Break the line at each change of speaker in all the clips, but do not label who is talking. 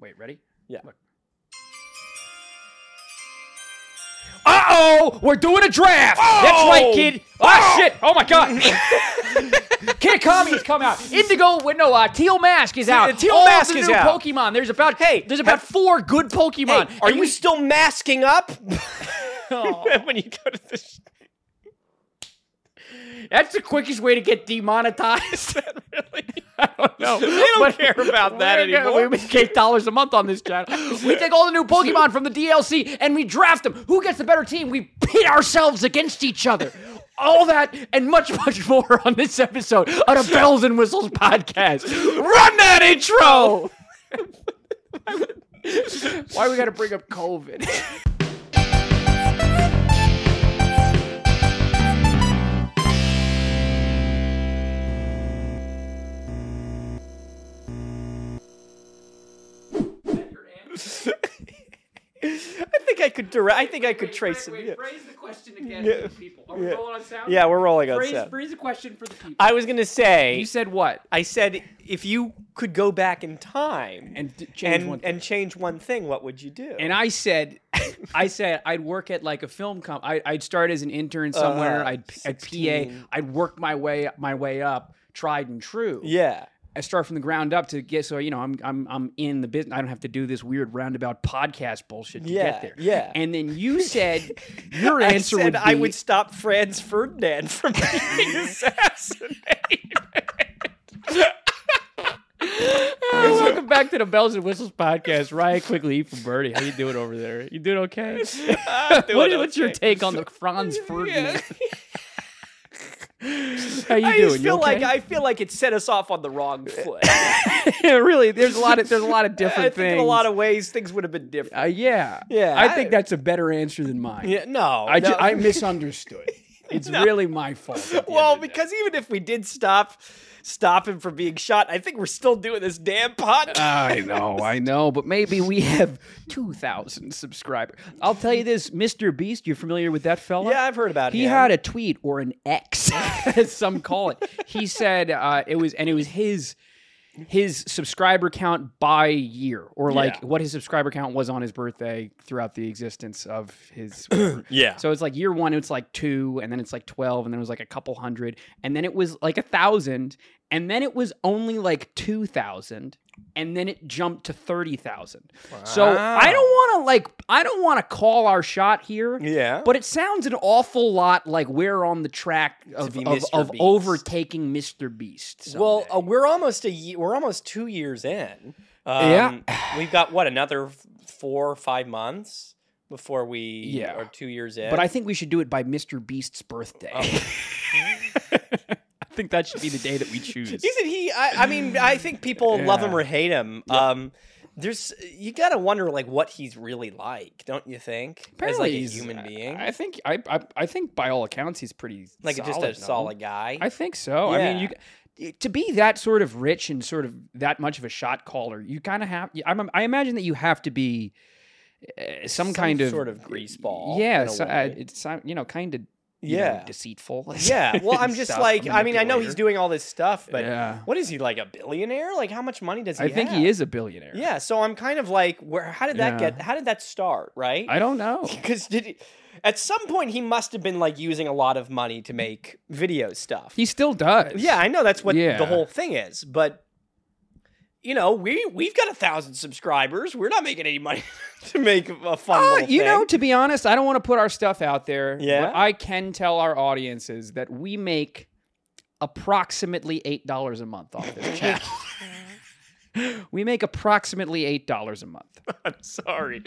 Wait, ready?
Yeah.
Uh oh, we're doing a draft. That's right, kid. Oh, shit. Oh my god. Kid Kami has come out. Indigo, wait, no, uh, Teal Mask is out.
The Teal
All
Mask
the
is
new
out.
Pokemon. There's about hey, there's about four good Pokemon.
Hey, are
And
you
we- Oh.
still masking up? when you go to the sh-
That's the quickest way to get demonetized. really? I don't know. They
don't care about that anymore.
We make eight dollars a month on this channel. We take all the new Pokemon from the DLC and we draft them. Who gets the better team? We pit ourselves against each other. All that and much, much more on this episode of the Bells and Whistles podcast. Run that intro. Why we got to bring up COVID?
I think I could direct. I think I could trace it. Yeah.
Phrase the question again
Yeah.
people.
we Yeah.
rolling
rolling
on sound?
Yeah, we're rolling on set.
the question for the people.
I was gonna say.
You said what?
I said if you could go back in time
And d- change
and,
one thing.
and change one thing, what would you do?
And I said, I said I'd work at like a film comp. I, I'd start as an intern somewhere.
Uh,
I'd at PA.
16.
I'd work my way my way up, tried and true.
yeah.
I start from the ground up to get so you know I'm I'm I'm in the business. I don't have to do this weird roundabout podcast bullshit to
Yeah,
get there.
yeah.
And then you said your
I
answer
said
would be
I would stop Franz Ferdinand from being assassinated.
Welcome back to the Bells and Whistles podcast. Ryan Quigley from Birdie. How you doing over there? You doing okay?
I'm doing
What- what's your
okay.
take on the Franz Ferdinand? How you
I
doing?
just
You
feel like
okay?
I feel like it set us off on the wrong foot.
yeah, really. There's a lot of there's a lot of different
I think
things.
in a lot of ways things would have been different.
Uh, yeah,
Yeah,
I
I-
think that's a better answer than mine.
Yeah, no,
I, ju-
no.
I misunderstood. It's really my fault. at the end
well,
of the day.
because even if we did stop stop him from being shot, I think we're still doing this damn podcast.
I know, I know, but maybe we have two thousand subscribers. I'll tell you this, Mr. Beast. You familiar with that fella?
Yeah, I've heard about
He
him.
had a tweet or an X, as some call it. He said uh, it was, and it was his his subscriber count by year, or like
Yeah.
what his subscriber count was on his birthday throughout the existence of his. whatever.
yeah.
So it's like year one, it's like two, and then it's like 12, and then it was like a couple hundred, and then it was like a thousand, and then it was only like 2,000, and then it jumped to 30,000. So I don't want to like, I don't want to call our shot here.
Yeah.
But it sounds an awful lot like we're on the track of,
be
of,
Mr.
of
Beast.
overtaking Mr. Beast. someday.
Well, uh, we're almost a ye- we're almost two years in. Um, yeah, we've got what another f- four or five months before we
Yeah.
are two years in.
but I think we should do it by Mr. Beast's birthday. I think that should be the day that we choose.
isn't he? I, I mean, I think people love him
Yeah.
or hate him. Um, there's you gotta wonder like what he's really like, don't you think?
Apparently,
As
he's-
like a human being,
I think I, I I think by all accounts he's pretty
like
solid,
just a
no?
solid guy.
I think so. I mean,
Yeah.
you to be that sort of rich and sort of that much of a shot caller, you kind of have. I'm, I imagine that you have to be uh, some,
Some
kind of
sort of greaseball
Yeah,
in a
so- uh,
way.
it's uh, you know kind of
yeah.
deceitful.
yeah, well, I'm just
stuff,
like, I mean, I know he's
manipulator.
doing all this stuff, but
Yeah.
what is he like a billionaire? Like, how much money does he?
I think
have?
he is a billionaire.
Yeah, so I'm kind of like, where? How did that
Yeah.
get? How did that start? Right?
I don't know.
Because did he, at some point he must have been like using a lot of money to make video stuff.
He still does.
yeah, I know that's what
Yeah.
the whole thing is, but you know, we we've got a thousand subscribers. We're not making any money to make a fun.
Uh,
little
you know,
thing.
to be honest, I don't want to put our stuff out there.
Yeah?
But I can tell our audiences that we make approximately $8 a month off this channel. we make approximately $8 a month.
I'm sorry.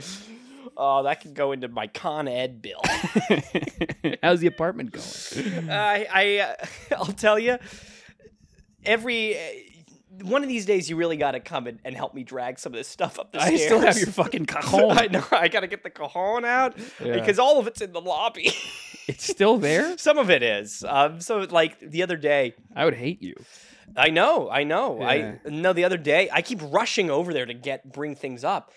Oh, that could go into my con ed bill.
How's the apartment going?
I, I uh, I'll tell you, every uh, one of these days you really got to come and, and help me drag some of this stuff up the
I
stairs.
still have your fucking
I
cajon.
know. I got to get the cajon out
Yeah.
because all of it's in the lobby.
It's still there?
some of it is. Um, so like the other day,
I would hate you.
I know, I know,
Yeah.
I no. The other day, I keep rushing over there to get bring things up.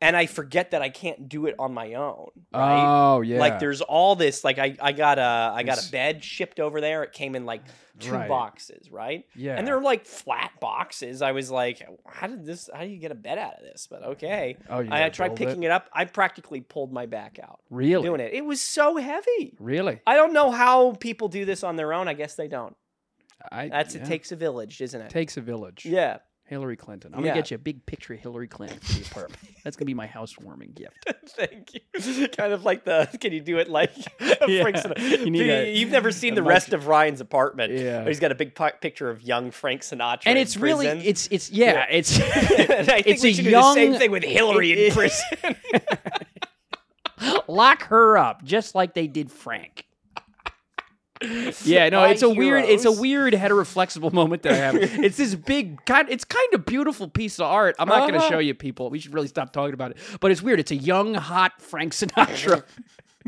and I forget that I can't do it on my own. Right?
Oh yeah.
Like there's all this like I, I got a I got
It's-
a bed shipped over there. It came in like two
Right.
boxes, right?
yeah.
And they're like flat boxes. I was like, how did this how do you get a bed out of this? But okay.
oh, you
I, I
gotta
tried
build
picking
it.
it up. I practically pulled my back out
Really?
doing it. It was so heavy.
Really?
I don't know how people do this on their own. I guess they don't.
I,
That's
yeah.
it takes a village, isn't it?
Takes a village.
yeah.
Hillary Clinton. I'm
Yeah.
gonna get you a big picture of Hillary Clinton for your apartment. That's gonna be my housewarming gift.
Thank you. Kind of like the can you do it like
Yeah,
Frank Sinatra?
you need
Dude,
a-
you've never
a
seen the
bunch-
rest of Ryan's apartment.
Yeah.
He's got a big pi- picture of young Frank Sinatra.
and
in
it's really
prison.
it's it's yeah, it's
And I think
it's
we
a
should do the same
young-
thing with Hillary
it-
in prison.
lock her up just like they did Frank. Yeah, no,
My
it's a weird, it's a
heroes.
weird heteroflexible moment that I have. It's this big, kind, it's kind of beautiful piece of art. I'm not going to
Uh-huh.
show you people. We should really stop talking about it. But it's weird. It's a young, hot Frank Sinatra.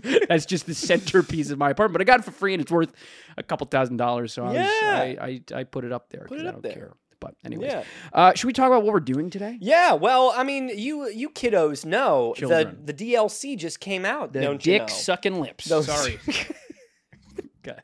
That's just the centerpiece of my apartment. But I got it for free, and it's worth a couple thousand dollars. So I, was,
Yeah.
I, I, I put it up there. Put
it
I
up
don't
there.
Care. But anyways,
Yeah.
uh, should we talk about what we're doing today?
yeah, well, I mean, you you kiddos know
Children.
the the DLC just came out.
The
don't
dick
you know?
sucking lips.
Those-
Sorry. Okay.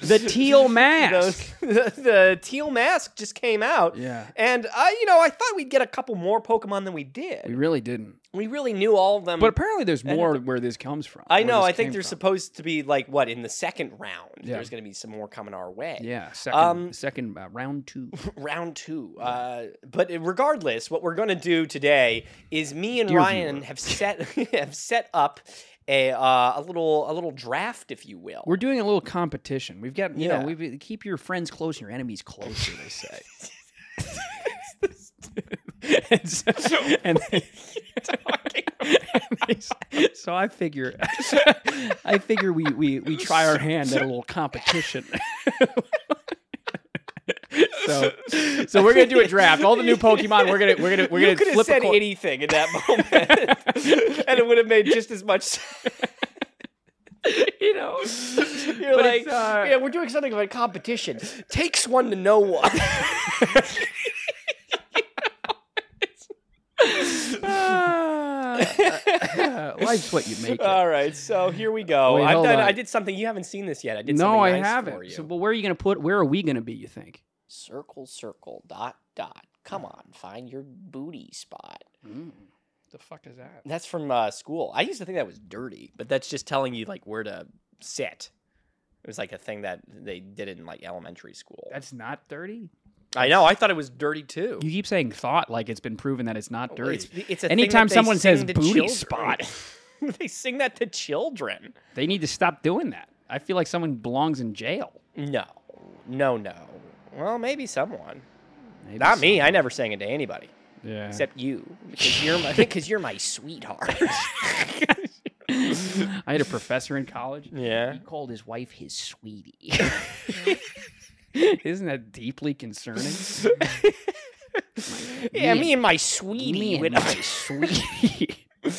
The teal mask.
The, the, the teal mask just came out.
Yeah.
And I, you know, I thought we'd get a couple more Pokemon than we
We
did.
really didn't.
We really knew all of them.
But apparently there's more where this comes from.
I
where
know.
this
I think
came
there's
from.
supposed to be like what in the second round.
Yeah.
There's going to be some more coming our way.
Yeah, second
Um,
second uh, round 2.
Round two. Uh, but regardless, what we're going to do today is me and
Dear
Ryan
viewer.
have set have set up a uh, a little a little draft, if you will.
We're doing a little competition. We've got, you
Yeah.
know, we've keep your friends close and your enemies closer, they say. and so, and- and they- so I figure I figure we, we we try our hand at a little competition. so so we're gonna do a draft. All the new Pokemon, we're gonna we're gonna we're
you
gonna
could have
flip
said
a coin.
anything in that moment, and it would have made just as much. sense.
you know.
You're
But
like,
it's, uh,
yeah, we're doing something of a competition. Takes one to know one.
Uh, life's what you make it.
Ah. All right, so here we go.
Wait,
I've
hold
done.
on.
I did something. You haven't seen this yet. I did.
no,
something
I
nice
haven't.
For you.
So, but where are you going to put? Where are we going to be? You think?
circle, circle, dot, dot. Come on, find your booty spot.
The fuck is that?
That's from uh, school. I used to think that was dirty, but that's just telling you like where to sit. It was like a thing that they did in like elementary school.
That's not dirty.
I know. I thought it was dirty too.
You keep saying thought like it's been proven that it's not dirty.
Oh, It's, it's a thing
Anytime
that they
someone says
sing to
booty
children.
spot.
they sing that to children.
They need to stop doing that. I feel like someone belongs in jail.
No, no, no. Well, maybe someone.
Maybe
Not me.
some-
I never sang it to anybody
Yeah.
except you because you're my because you're my sweetheart.
I had a professor in college.
yeah.
He called his wife his sweetie. Isn't that deeply concerning?
Yeah,
Me
me and my sweetie
Me and
went,
my sweetie.
up,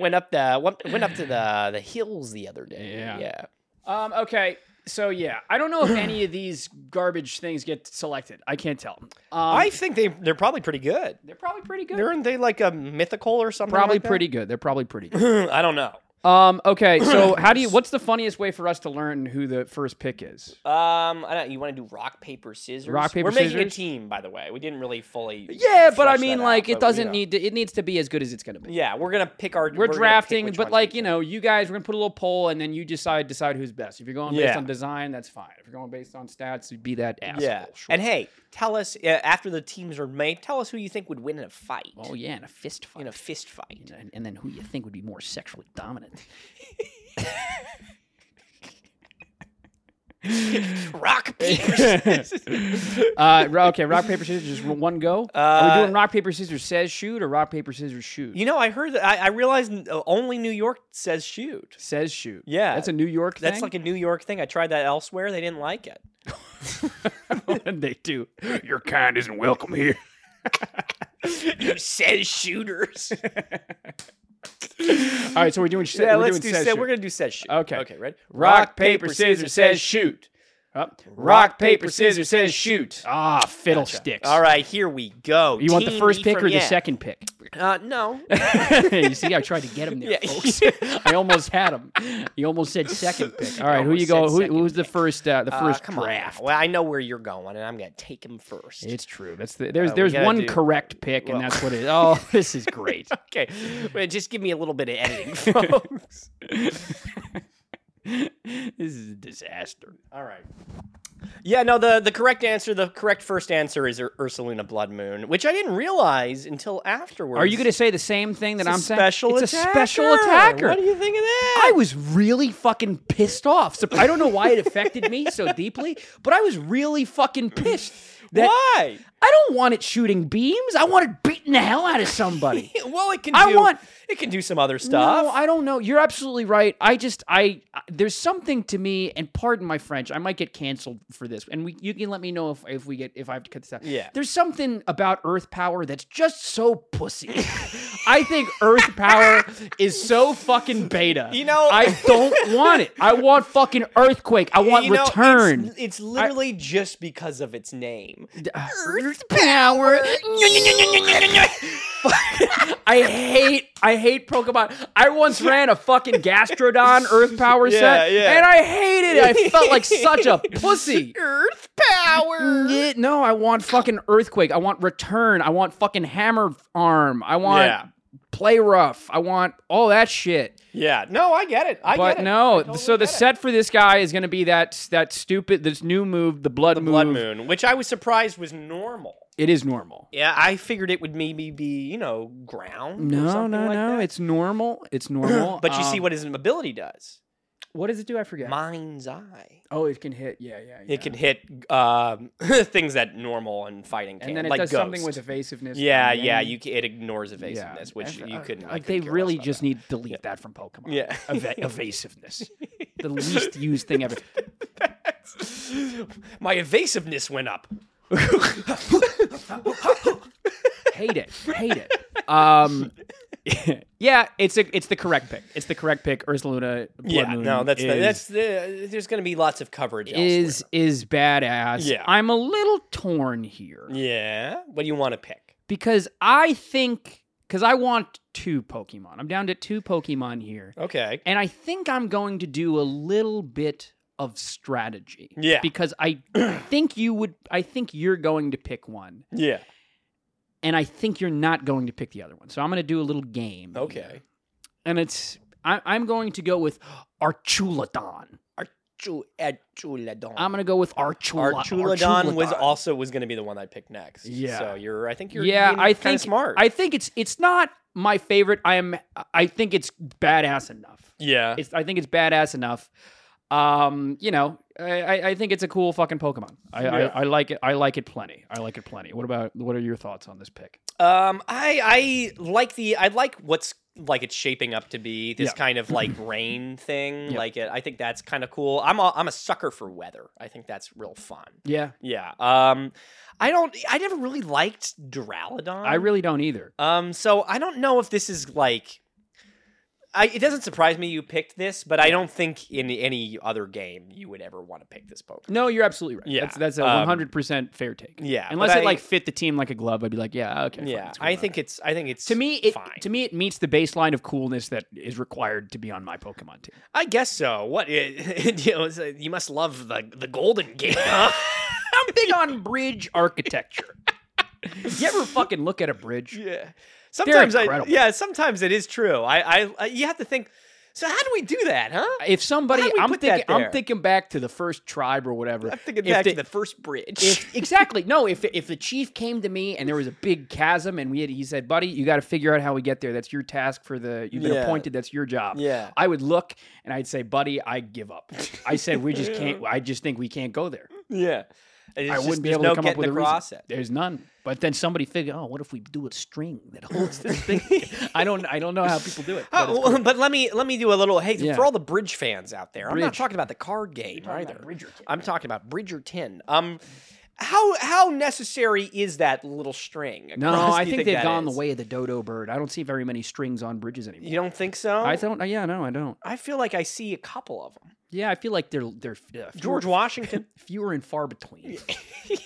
went up the went, went up to the the hills the other day.
Yeah.
yeah.
Um, okay. So yeah, I don't know if any of these garbage things get selected. I can't tell. Um,
I think they they're probably pretty good.
they're probably pretty good.
Aren't they like a mythical or something?
probably
like that?
pretty good. They're probably pretty good.
I don't know.
Um, okay. So how do you? What's the funniest way for us to learn who the first pick is?
Um, I don't. You want to do rock paper scissors?
Rock, paper,
We're making a
scissors?
team, by the way. We didn't really fully.
Yeah, but I
flesh
mean,
that
like,
out,
it
but, you
doesn't
know.
need to. It needs to be as good as it's gonna be.
Yeah, we're gonna pick our.
We're,
gonna pick
drafting,
which
but
ones
like
we
you
pick.
know, you guys, we're gonna put a little poll, and then you decide decide who's best. If you're going based
Yeah.
on design, that's fine. If you're going based on stats, you'd be that asshole.
Yeah,
sure.
and hey, tell us uh, after the teams are made. Tell us who you think would win in a fight,
oh yeah, and a fist fight.
in a fist fight.
and, and then who you think would be more sexually dominant.
rock paper scissors.
Uh, ro- okay, rock paper scissors, just one go. Are we
Uh,
doing rock paper scissors says shoot or rock paper scissors shoot?
you know, I heard that. I, I realized n- uh, only New York says shoot.
says shoot.
Yeah.
that's a New York
That's
thing.
like a New York thing. I tried that elsewhere. They didn't like it.
like and they do.
Your kind isn't welcome here.
You says shooters.
All right, so we're doing. sa-
yeah,
we're
let's
doing
do.
says
Says,
shoot.
we're gonna do says shoot.
Okay.
Okay. Ready?
rock paper scissors says shoot. Up.
Rock, paper, scissors says shoot.
Ah, fiddlesticks.
All right, here we go.
You want the
Team
first
E
pick
for
or the
yeah.
second pick?
Uh, no.
you see, I tried to get him there,
Yeah.
folks. I almost had him. You almost said second pick. All right, who
almost
you go?
said
Who,
second
who's the
pick.
first? Uh, the
Uh,
first
come on.
draft.
Well, I know where you're going, and I'm gonna take him first.
It's true. That's the, there's
we
there's
gotta
one
do-
correct pick, and
well-
that's what it. Oh, this is great.
okay. Well, just give me a little bit of editing, folks.
this is a disaster.
All right. Yeah, no, the, the correct answer, the correct first answer is Ur- Ursulina Blood Moon, which I didn't realize until afterwards.
Are you going to say the same thing that
It's a
I'm saying?
Special
it's
attacker.
a special attacker.
What do you think of that?
I was really fucking pissed off. So, I don't know why it affected me so deeply, but I was really fucking pissed. That
Why?
I don't want it shooting beams. I want it beating the hell out of somebody.
Well, it can.
I
do,
want-
It can do some other stuff.
No, I don't know. You're absolutely right. I just I I- there's something to me, and pardon my French, I might get canceled for this. And we you can let me know if if we get if I have to cut this out.
Yeah.
There's something about Earth Power that's just so pussy. I think Earth Power is so fucking beta.
You know-
I don't want it. I want fucking earthquake. I want
You know, it's-
return.
It's, literally just because of its name.
Earth power. I hate I hate Pokemon. I once ran a fucking Gastrodon Earth Power
Yeah,
set,
yeah.
and I hated it. I felt like such a pussy.
Earth power.
Yeah, no, I want fucking earthquake. I want return. I want fucking hammer arm. I want
Yeah.
play rough. I want all that shit.
Yeah. No, I get it. I
But
get it.
no,
I totally
so the
get it.
set for this guy is going to be that that stupid this new move, the blood move.
Blood Moon, which I was surprised was normal.
It is normal.
Yeah, I figured it would maybe be you know ground. or
No,
something
no,
like
no.
that.
It's normal. It's normal.
but you see
Um,
what his ability does.
What does it do? I forget.
Mind's eye.
oh, it can hit. Yeah, yeah, yeah.
It can hit um, things that normal and fighting can,
and then it
like
does something
ghost.
with evasiveness.
Yeah,
and
yeah,
then-
you ca- it ignores
yeah.
evasiveness, which
That's-
you
uh,
couldn't. I
Like
could
they
care
really
less
just
about
need to delete that from Pokemon.
that. yeah.
Eva- evasiveness, the least used thing ever.
My evasiveness went up.
Hate it. Hate it. Um, yeah, it's a, it's the correct pick. It's the correct pick. Ursaluna. Blood
yeah,
Moon
no, that's the,
is-
that's the, there's going to be lots of coverage.
is is badass.
Yeah.
I'm a little torn here.
elsewhere. yeah. What do you want to pick?
because I think because I want two Pokemon. I'm down to two Pokemon here,
Okay.
and I think I'm going to do a little bit of strategy.
Yeah.
because I think you would. I think you're going to pick one,
Yeah.
and I think you're not going to pick the other one. So I'm going to do a little game. here.
Okay.
and it's I, I'm going to go with Archuladon.
Chu- eh, Chuladon.
I'm going to go with Archula,
Archuladon was also was going to be the one I picked next.
Yeah.
So you're, I think you're,
yeah, I
kind
think
of smart.
I think it's it's not my favorite. I am. I think it's badass enough.
yeah.
It's, I think it's badass enough. Um, you know, I, I- I think it's a cool fucking Pokemon. I,
Yeah.
I, I like it. I like it plenty. I like it plenty. What about what are your thoughts on this pick?
Um, I I like the I like what's like it's shaping up to be this
Yeah.
kind of like rain thing.
Yeah.
Like it, I think that's kind of cool. I'm a, I'm a sucker for weather. I think that's real fun.
Yeah,
Yeah. Um, I don't. I never really liked Duraludon.
I really don't either.
Um, so I don't know if this is like. I, it doesn't surprise me you picked this, but I don't think in any other game you would ever want to pick this Pokemon.
No, you're absolutely right.
Yeah,
that's, that's a
um,
100 percent fair take.
Yeah, but
unless it
I-
like fit the team like a glove, I'd be like, yeah, okay. fine,
Yeah,
it's cool,
I
whatever.
think it's. I think it's
to me it
fine.
to me it meets the baseline of coolness that is required to be on my Pokemon team.
I guess so. What you, know, it's, uh, you must love the the Golden Gate. huh?
I'm big on bridge architecture. you ever fucking look at a bridge?
yeah. Sometimes I
incredible.
yeah. Sometimes it is true. I, I I you have to think. So how do we do that, huh?
if somebody
Why don't we
I'm
put
thinking
that
I'm
there?
thinking back to the first tribe or whatever.
I'm thinking
if
back
the-
to the first bridge.
if, exactly. No, if if the chief came to me and there was a big chasm and we had he said, "Buddy, you got to figure out how we get there. That's your task for the you've been
Yeah.
appointed. That's your job."
Yeah.
I would look and I'd say, "Buddy, I give up." I said, "We just can't I just think we can't go there."
yeah. And it's
I
just-
wouldn't be
there's
able
no
to come up
getting
with a
across
reason.
it.
There's none. But then somebody figured, "Oh, what if we do a string that holds this thing?" I don't I don't know how people do it. but
Oh,
it's
well, but let me let me do a little. Hey,
Yeah.
for all the bridge fans out there, I'm not
Bridge.
talking about the card game
talking
either.
about Bridgerton.
I'm talking about Bridgerton. Um, how how necessary is that little string?
No,
across?
I
Do you
think, they've
that
gone
is?
the way of the dodo bird. I don't see very many strings on bridges anymore.
You don't think so?
I don't. Yeah, no, I don't.
I feel like I see a couple of them.
Yeah, I feel like they're they're uh, fewer,
George Washington.
fewer and far between.
you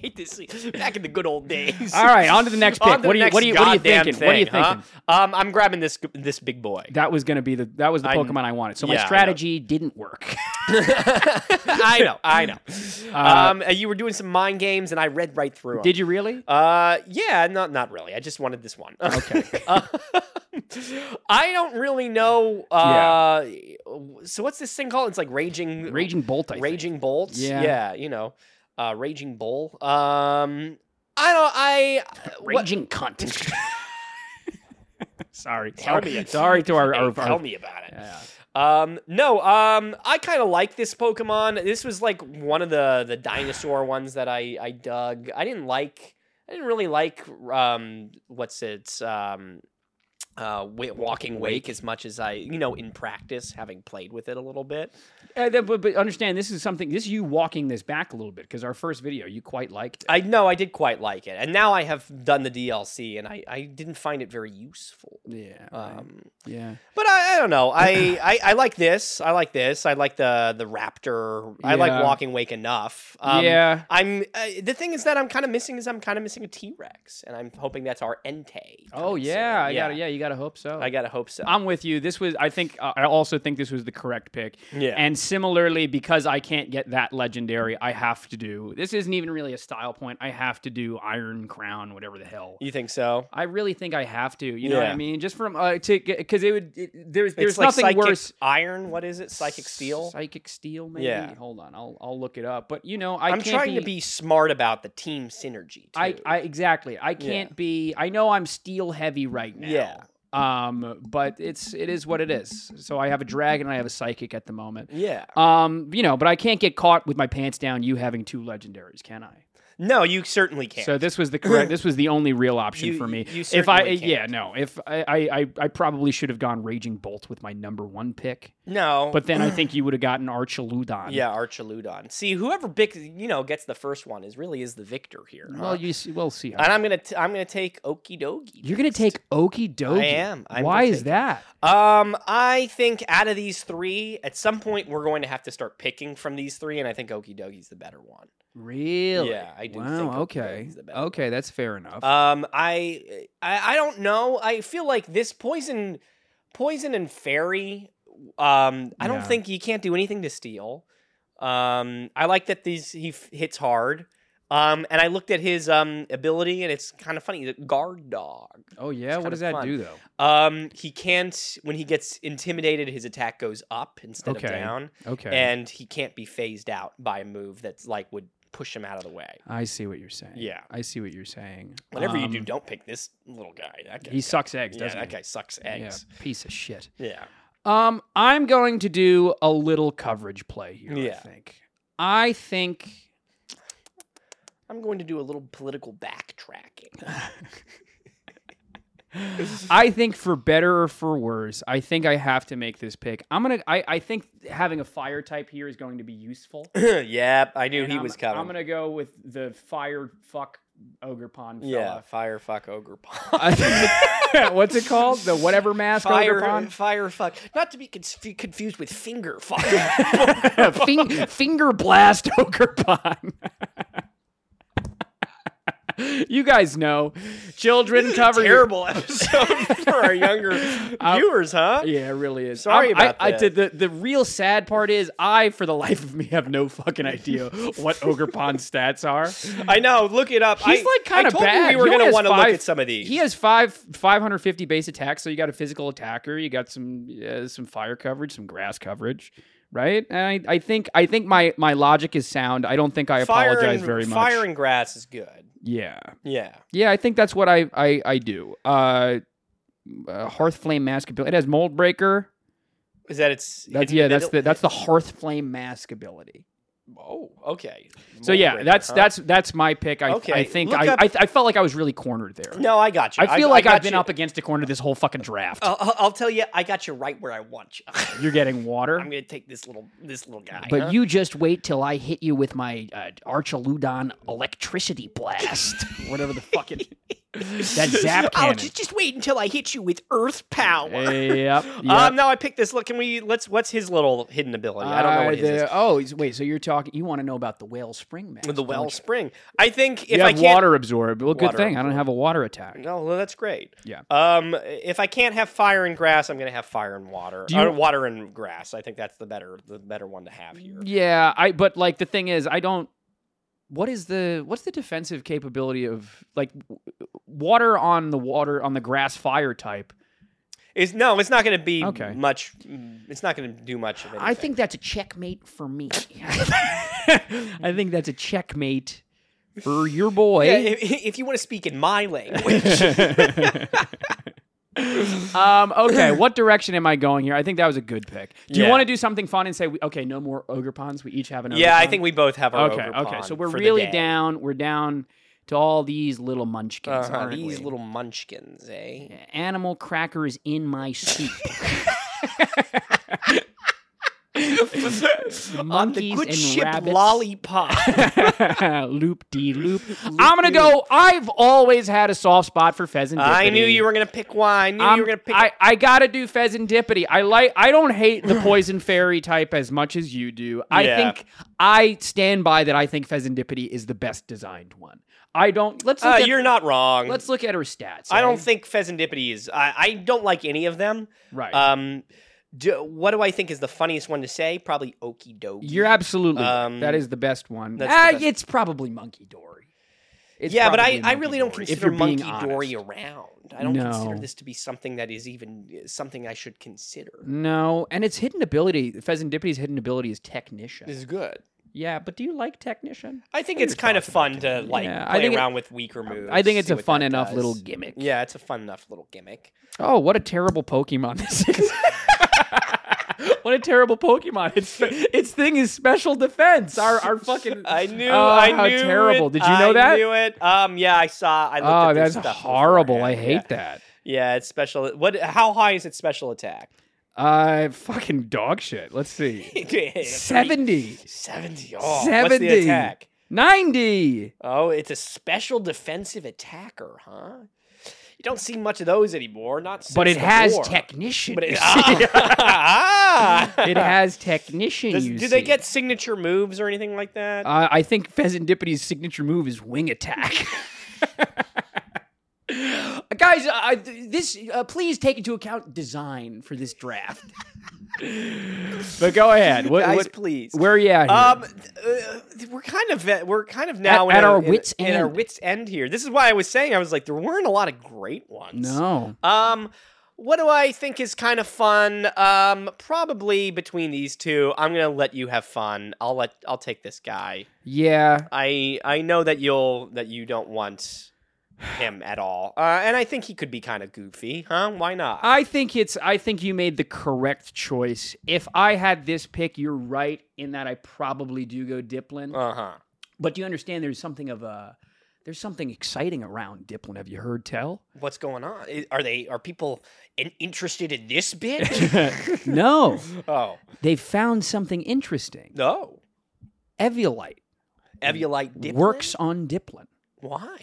hate to see back in the good old days.
All right, on to the next pick.
On to
What
the
do you-
next
what do you- what are you
goddamn
thinking? What are you
thing, huh? Um, I'm grabbing this this big boy.
That was gonna be the that was the
I-
Pokemon I wanted. So
yeah, I
my
know.
strategy didn't work.
I know, I know.
Uh,
um, you were doing some mind games, and I read right through 'em.
Did you really?
Uh, yeah, not not really. I just wanted this one. Okay. I don't really know. Uh, so what's this thing called? It's like raging,
Raging Bolt. I think.
Uh, raging bolts.
Yeah.
yeah, you know, uh, raging bull. Um, I don't. I what-
Raging cunt. sorry.
Tell
sorry,
me.
sorry to our,
Hey,
our,
tell
our
me about it.
Yeah.
Um, no, um, I kind of like this Pokemon. This was like one of the the dinosaur ones that I I dug. I didn't like. I didn't really like um, what's it um, uh, Wa- Walking Wake as much as I you know in practice having played with it a little bit.
Uh, that- but, but understand, this is something. This is you walking this back a little bit because our first video you quite liked.
I know I did quite like it, and now I have done the DLC, and I I didn't find it very useful.
Yeah. right.
Um,
yeah.
But I, I don't know. I, I, I like this. I like this. I like the the raptor. I
Yeah.
like walking wake enough. Um,
Yeah.
I'm uh, the thing is that I'm kind of missing is I'm kind of missing a T Rex, and I'm hoping that's our E Entei.
Oh
coming
yeah.
soon.
I gotta. Yeah. You gotta hope so.
I gotta hope so.
I'm with you. This was, I think, uh, I also think this was the correct pick.
Yeah.
And similarly, because I can't get that legendary, I have to do. This isn't even really a style point. I have to do Iron Crown, whatever the hell.
you think so?
I really think I have to. You know what I
Yeah.
mean? Just from uh, to because it would. It, there's there's
it's like
nothing
psychic
worse.
Iron. What is it? Psychic steel.
Psychic steel. Maybe.
Yeah.
Hold on. I'll I'll look it up. But you know, I
I'm
can't
trying to be smart about the team synergy. Too.
I, I exactly. I can't be. I know I'm steel heavy right now.
Yeah.
Um, but it's it is what it is. So I have a dragon. I have a psychic at the moment.
yeah.
Um, you know, but I can't get caught with my pants down. You having two legendaries, can I?
No, you certainly can't.
So this was the correct. this was the only real option
You-
for me.
you
if I,
certainly can't.
yeah, no. If I, I, I, I probably should have gone Raging Bolt with my number one pick,
no,
but then I think you would have gotten Archeludon.
yeah, Archeludon. See, whoever pick, you know gets the first one is really is the victor here. huh?
Well, you see, we'll see.
and I'm gonna t- I'm gonna take Okie Dokie.
You're gonna take Okie Dokie.
I am. I'm
Why
gonna
is
take it.
that?
Um, I think out of these three, at some point we're going to have to start picking from these three, and I think Okie Doke's the better one.
Really?
Yeah, I do
Wow.
think Okie
okay.
Dokie's the better
Okay, that's fair enough.
Um, I, I I don't know. I feel like this poison, poison and fairy. Um, I don't
Yeah.
think you can't do anything to steal. Um, I like that these he f- hits hard. Um, and I looked at his um ability, and it's kind of funny. He's a guard dog.
oh yeah. What
kinda
does that
fun.
do though?
Um, he can't when he gets intimidated, his attack goes up instead
Okay.
of down.
Okay.
and he can't be phased out by a move that's like would push him out of the way.
I see what you're saying.
Yeah.
I see what you're saying.
Whatever you do,
Um,
don't pick this little guy. That guy
he sucks eggs,
yeah,
doesn't
that
he?
guy sucks eggs.
Yeah, piece of shit.
Yeah.
Um, I'm going to do a little coverage play here. I
Yeah.
think. I think.
I'm going to do a little political backtracking.
I think for better or for worse, I think I have to make this pick. I'm gonna. I, I think having a fire type here is going to be useful.
yep, I knew
And
he
I'm,
was coming.
I'm gonna go with the fire fuck ogre pond.
yeah,
Fella.
fire fuck ogre pond.
I- What's it called? The whatever mask ogre
fire
pond.
fire fuck. Not to be conf- confused with finger fuck.
Fing- finger blast ogre pond. you guys know, children cover your
Terrible episode for our younger viewers, huh?
Yeah, it really is.
Sorry
I'm- I-
about
I,
that.
did the the real sad part is I, for the life of me, have no fucking idea what Ogre Pond's stats are.
I know. Look it up.
He's
I-
like kind
I
of
told you
bad.
We were
He only
gonna
has
want to look
five-
at some of these.
He has five 550 base attacks, so you got a physical attacker, you got some uh, some fire coverage, some grass coverage, right? And I, I think I think my my logic is sound. I don't think I
fire
apologize
and,
very much.
Fire and grass is good.
Yeah,
Yeah.
yeah, I think that's what I I, I do. Uh, uh, Hearth Flame Mask ability. It has Mold Breaker.
Is that it's?
That's
hidden
yeah. That's the
middle-
that's the Hearth Flame Mask ability.
Oh, okay.
So
Mold
yeah,
breaker,
that's
huh?
that's that's my pick. I I
Okay,
think
look
I,
up-
I I felt like I was really cornered there.
No, I got you.
I Oh. feel like
I
I've
got
been
you.
up against a corner this whole fucking draft.
I'll, I'll- I'll tell you, I got you right where I want you. I'm
You're getting water,
gonna take this little this little guy.
but
huh?
you just wait till I hit you with my uh, Archeludon electricity blast, whatever the fucking. That zap
Oh,
cannon.
just, just wait until I hit you with Earth Power.
yep. yep.
Um, no, I picked this. Look, can we? Let's. What's his little hidden ability? I don't know
Uh,
what his
the-
is.
Oh, he's- wait. So you're talking? You want to know about the whale spring match?
The well
don't you?
spring. I think if
You
I
have
can't.
water absorb. Well, good
Water
thing I don't have a water attack.
No, well, that's great.
Yeah.
Um, if I can't have fire and grass, I'm gonna have fire and water.
Do you-
Or water and grass. I think that's the better, the better one to have here.
Yeah, I. But like the thing is, I don't. What is the what's the defensive capability of like w- water on the water on the grass fire type?
Is no, it's not gonna be
Okay.
much. mm, It's not gonna do much of anything.
I think that's a checkmate for me. I think that's a checkmate for your boy.
Yeah, if, if you want to speak in my language,
Um, okay, what direction am I going here? I think that was a good pick. Do you
Yeah.
want to do something fun and say, we- okay, no more ogre ponds? We each have an ogre
yeah, I
pond?
think we both have our
Okay,
ogre
okay.
pond
So we're
for the
really
day.
down. We're down to all these little munchkins.
Uh-huh,
aren't
these
we?
little munchkins, eh?
animal crackers in my soup.
On Uh, the
Monkeys
good
and
ship
rabbits.
lollipop.
loop de loop. I'm gonna go. I've always had a soft spot for pheasant.
I knew
dippity.
you were gonna pick one. I knew
I'm-
you were gonna pick.
I, I gotta do pheasant dippity. I like. I don't hate the poison fairy type as much as you do. I
Yeah.
think I stand by that. I think pheasant dippity is the best designed one. I don't. Let's look
uh,
at,
you're not wrong.
let's look at her stats.
I
eh?
don't think Pheasantipity is. I, I don't like any of them.
Right.
Um, do, what do I think is the funniest one to say? Probably Okie Dokie.
You're absolutely right.
Um,
that is the best one.
that's the
Ah,
best.
It's probably Monkey Dory. It's
yeah, but
probably
I, I
Monkey
really don't
Dory, if
consider
you're being
Monkey Dory
honest.
around. I don't
No.
consider this to be something that is even something I should consider.
No, and its hidden ability, Pheasant Dippity's hidden ability is Technician.
This is good.
Yeah, but do you like Technician?
I think it's kind of fun to like
Yeah, I
play
think it-
around with weaker moves.
I think it's
see
a
what
fun
that
enough
does.
little gimmick.
Yeah, it's a fun enough little gimmick.
Oh, what a terrible Pokemon this is. what a terrible Pokemon. Its its thing is special defense. Our our fucking
I knew.
Oh,
I
how
knew
terrible.
it,
Did you know
I
that?
knew it. Um, yeah, I saw. I looked
Oh,
at their
that's
stuff
horrible. I
beforehand.
hate
Yeah.
that.
Yeah, it's special. What? How high is its special attack?
Uh fucking dog shit. Let's see. 70.
70. Oh, What's
70.
the attack?
90.
Oh, it's a special defensive attacker, huh? You don't see much of those anymore. Not since
But it
the
has
war.
technician.
But it,
you see.
ah, ah.
it has technician.
Does-
you
do they
see.
get signature moves or anything like that?
Uh, I think Pheasant Dippity's signature move is wing attack. Guys, uh, I- this uh, please take into account design for this draft. but go ahead. What,
Guys,
what-
please.
where are you at? Here?
Um, th- uh, we're kind of at- we're kind of now
At- at
in a-
our
in a-
wits'
in our
end.
wits end here. This is why I was saying I was like there weren't a lot of great ones.
no.
Um, what do I think is kind of fun? Um, probably between these two, I'm gonna let you have fun. I'll let I'll take this guy.
Yeah.
I I know that you'll that you don't want him at all, uh, and I think he could be kind of goofy, huh? Why not?
I think it's. I think you made the correct choice. If I had this pick, you're right in that I probably do go Diplin.
Uh huh.
but do you understand? There's something of a. There's something exciting around Diplin. Have you heard tell?
What's going on? I- Are they are people in, interested in this bit?
no,
oh
they found something interesting.
no,
Evulite
Evulite Diplin?
works on Diplin.
Why?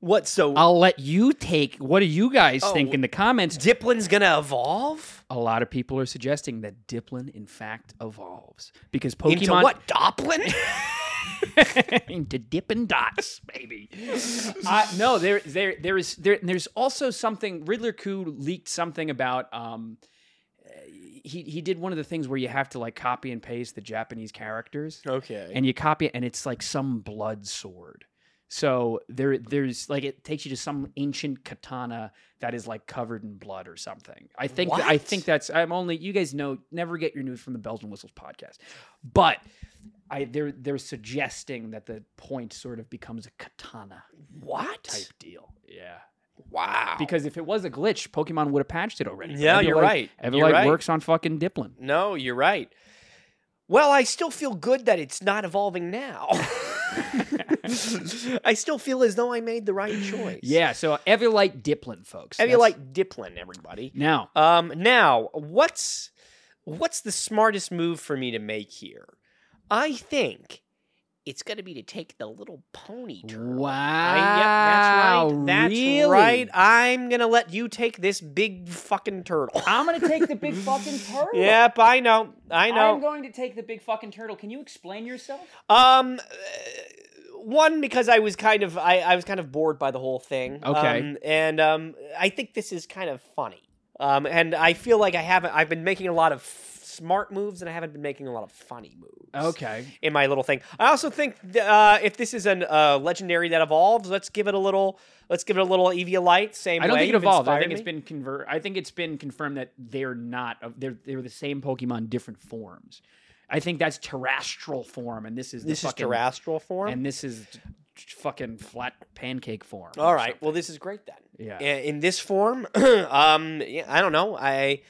What? So
I'll let you take. What do you guys
Oh.
think in the comments?
Diplin's gonna evolve
A lot of people are suggesting that Diplin, in fact, evolves because Pokemon
into what? Doplin?
into Dippin' Dots, baby. Uh, no, there, there, there is there. There's also something. Riddler Coup leaked something about. Um, uh, he he did one of the things where you have to like copy and paste the Japanese characters.
okay.
and you copy it and it's like some blood sword so there there's like it takes you to some ancient katana that is like covered in blood or something i think i
What?
think that's i'm only you guys know never get your news from the bells and whistles podcast but i they're they're suggesting that the point sort of becomes a katana
What?
type deal yeah
Wow.
because if it was a glitch pokemon would have patched it already
Yeah, you're
Everlight-
right. You're
everlight
right.
works on fucking diplin
no, you're right. Well, I still feel good that it's not evolving now. I still feel as though I made the right choice.
yeah so everlight diplin folks
I
That's-
feel like Diplin, everybody.
now
Um, now, what's what's the smartest move for me to make here? I think It's going to be to take the little pony turtle.
Wow.
I- yep, that's right. That's
Ah, really?
right. I'm going to let you take this big fucking turtle.
I'm gonna take the big fucking turtle.
Yep, I know. I know.
I'm going to take the big fucking turtle. Can you explain yourself?
Um, uh, one because I was kind of I, I was kind of bored by the whole thing.
Okay.
um, and um, I think this is kind of funny. Um, and I feel like I haven't. I've been making a lot of f- smart moves, and I haven't been making a lot of funny moves.
Okay.
In my little thing, I also think th- uh, if this is an uh, legendary that evolves, let's give it a little. Let's give it a little Evia light. Same.
I don't
way
think it
you've
evolved. I
inspired
think it's
me.
been convert. I think it's been confirmed that they're not. of- They're they're the same Pokemon, different forms. I think that's terrestrial form, and this is the
This is
fucking,
terrestrial form.
and this is t- t- fucking flat pancake form.
All right. Well, this is great then.
Yeah.
I- in this form um yeah, i don't know i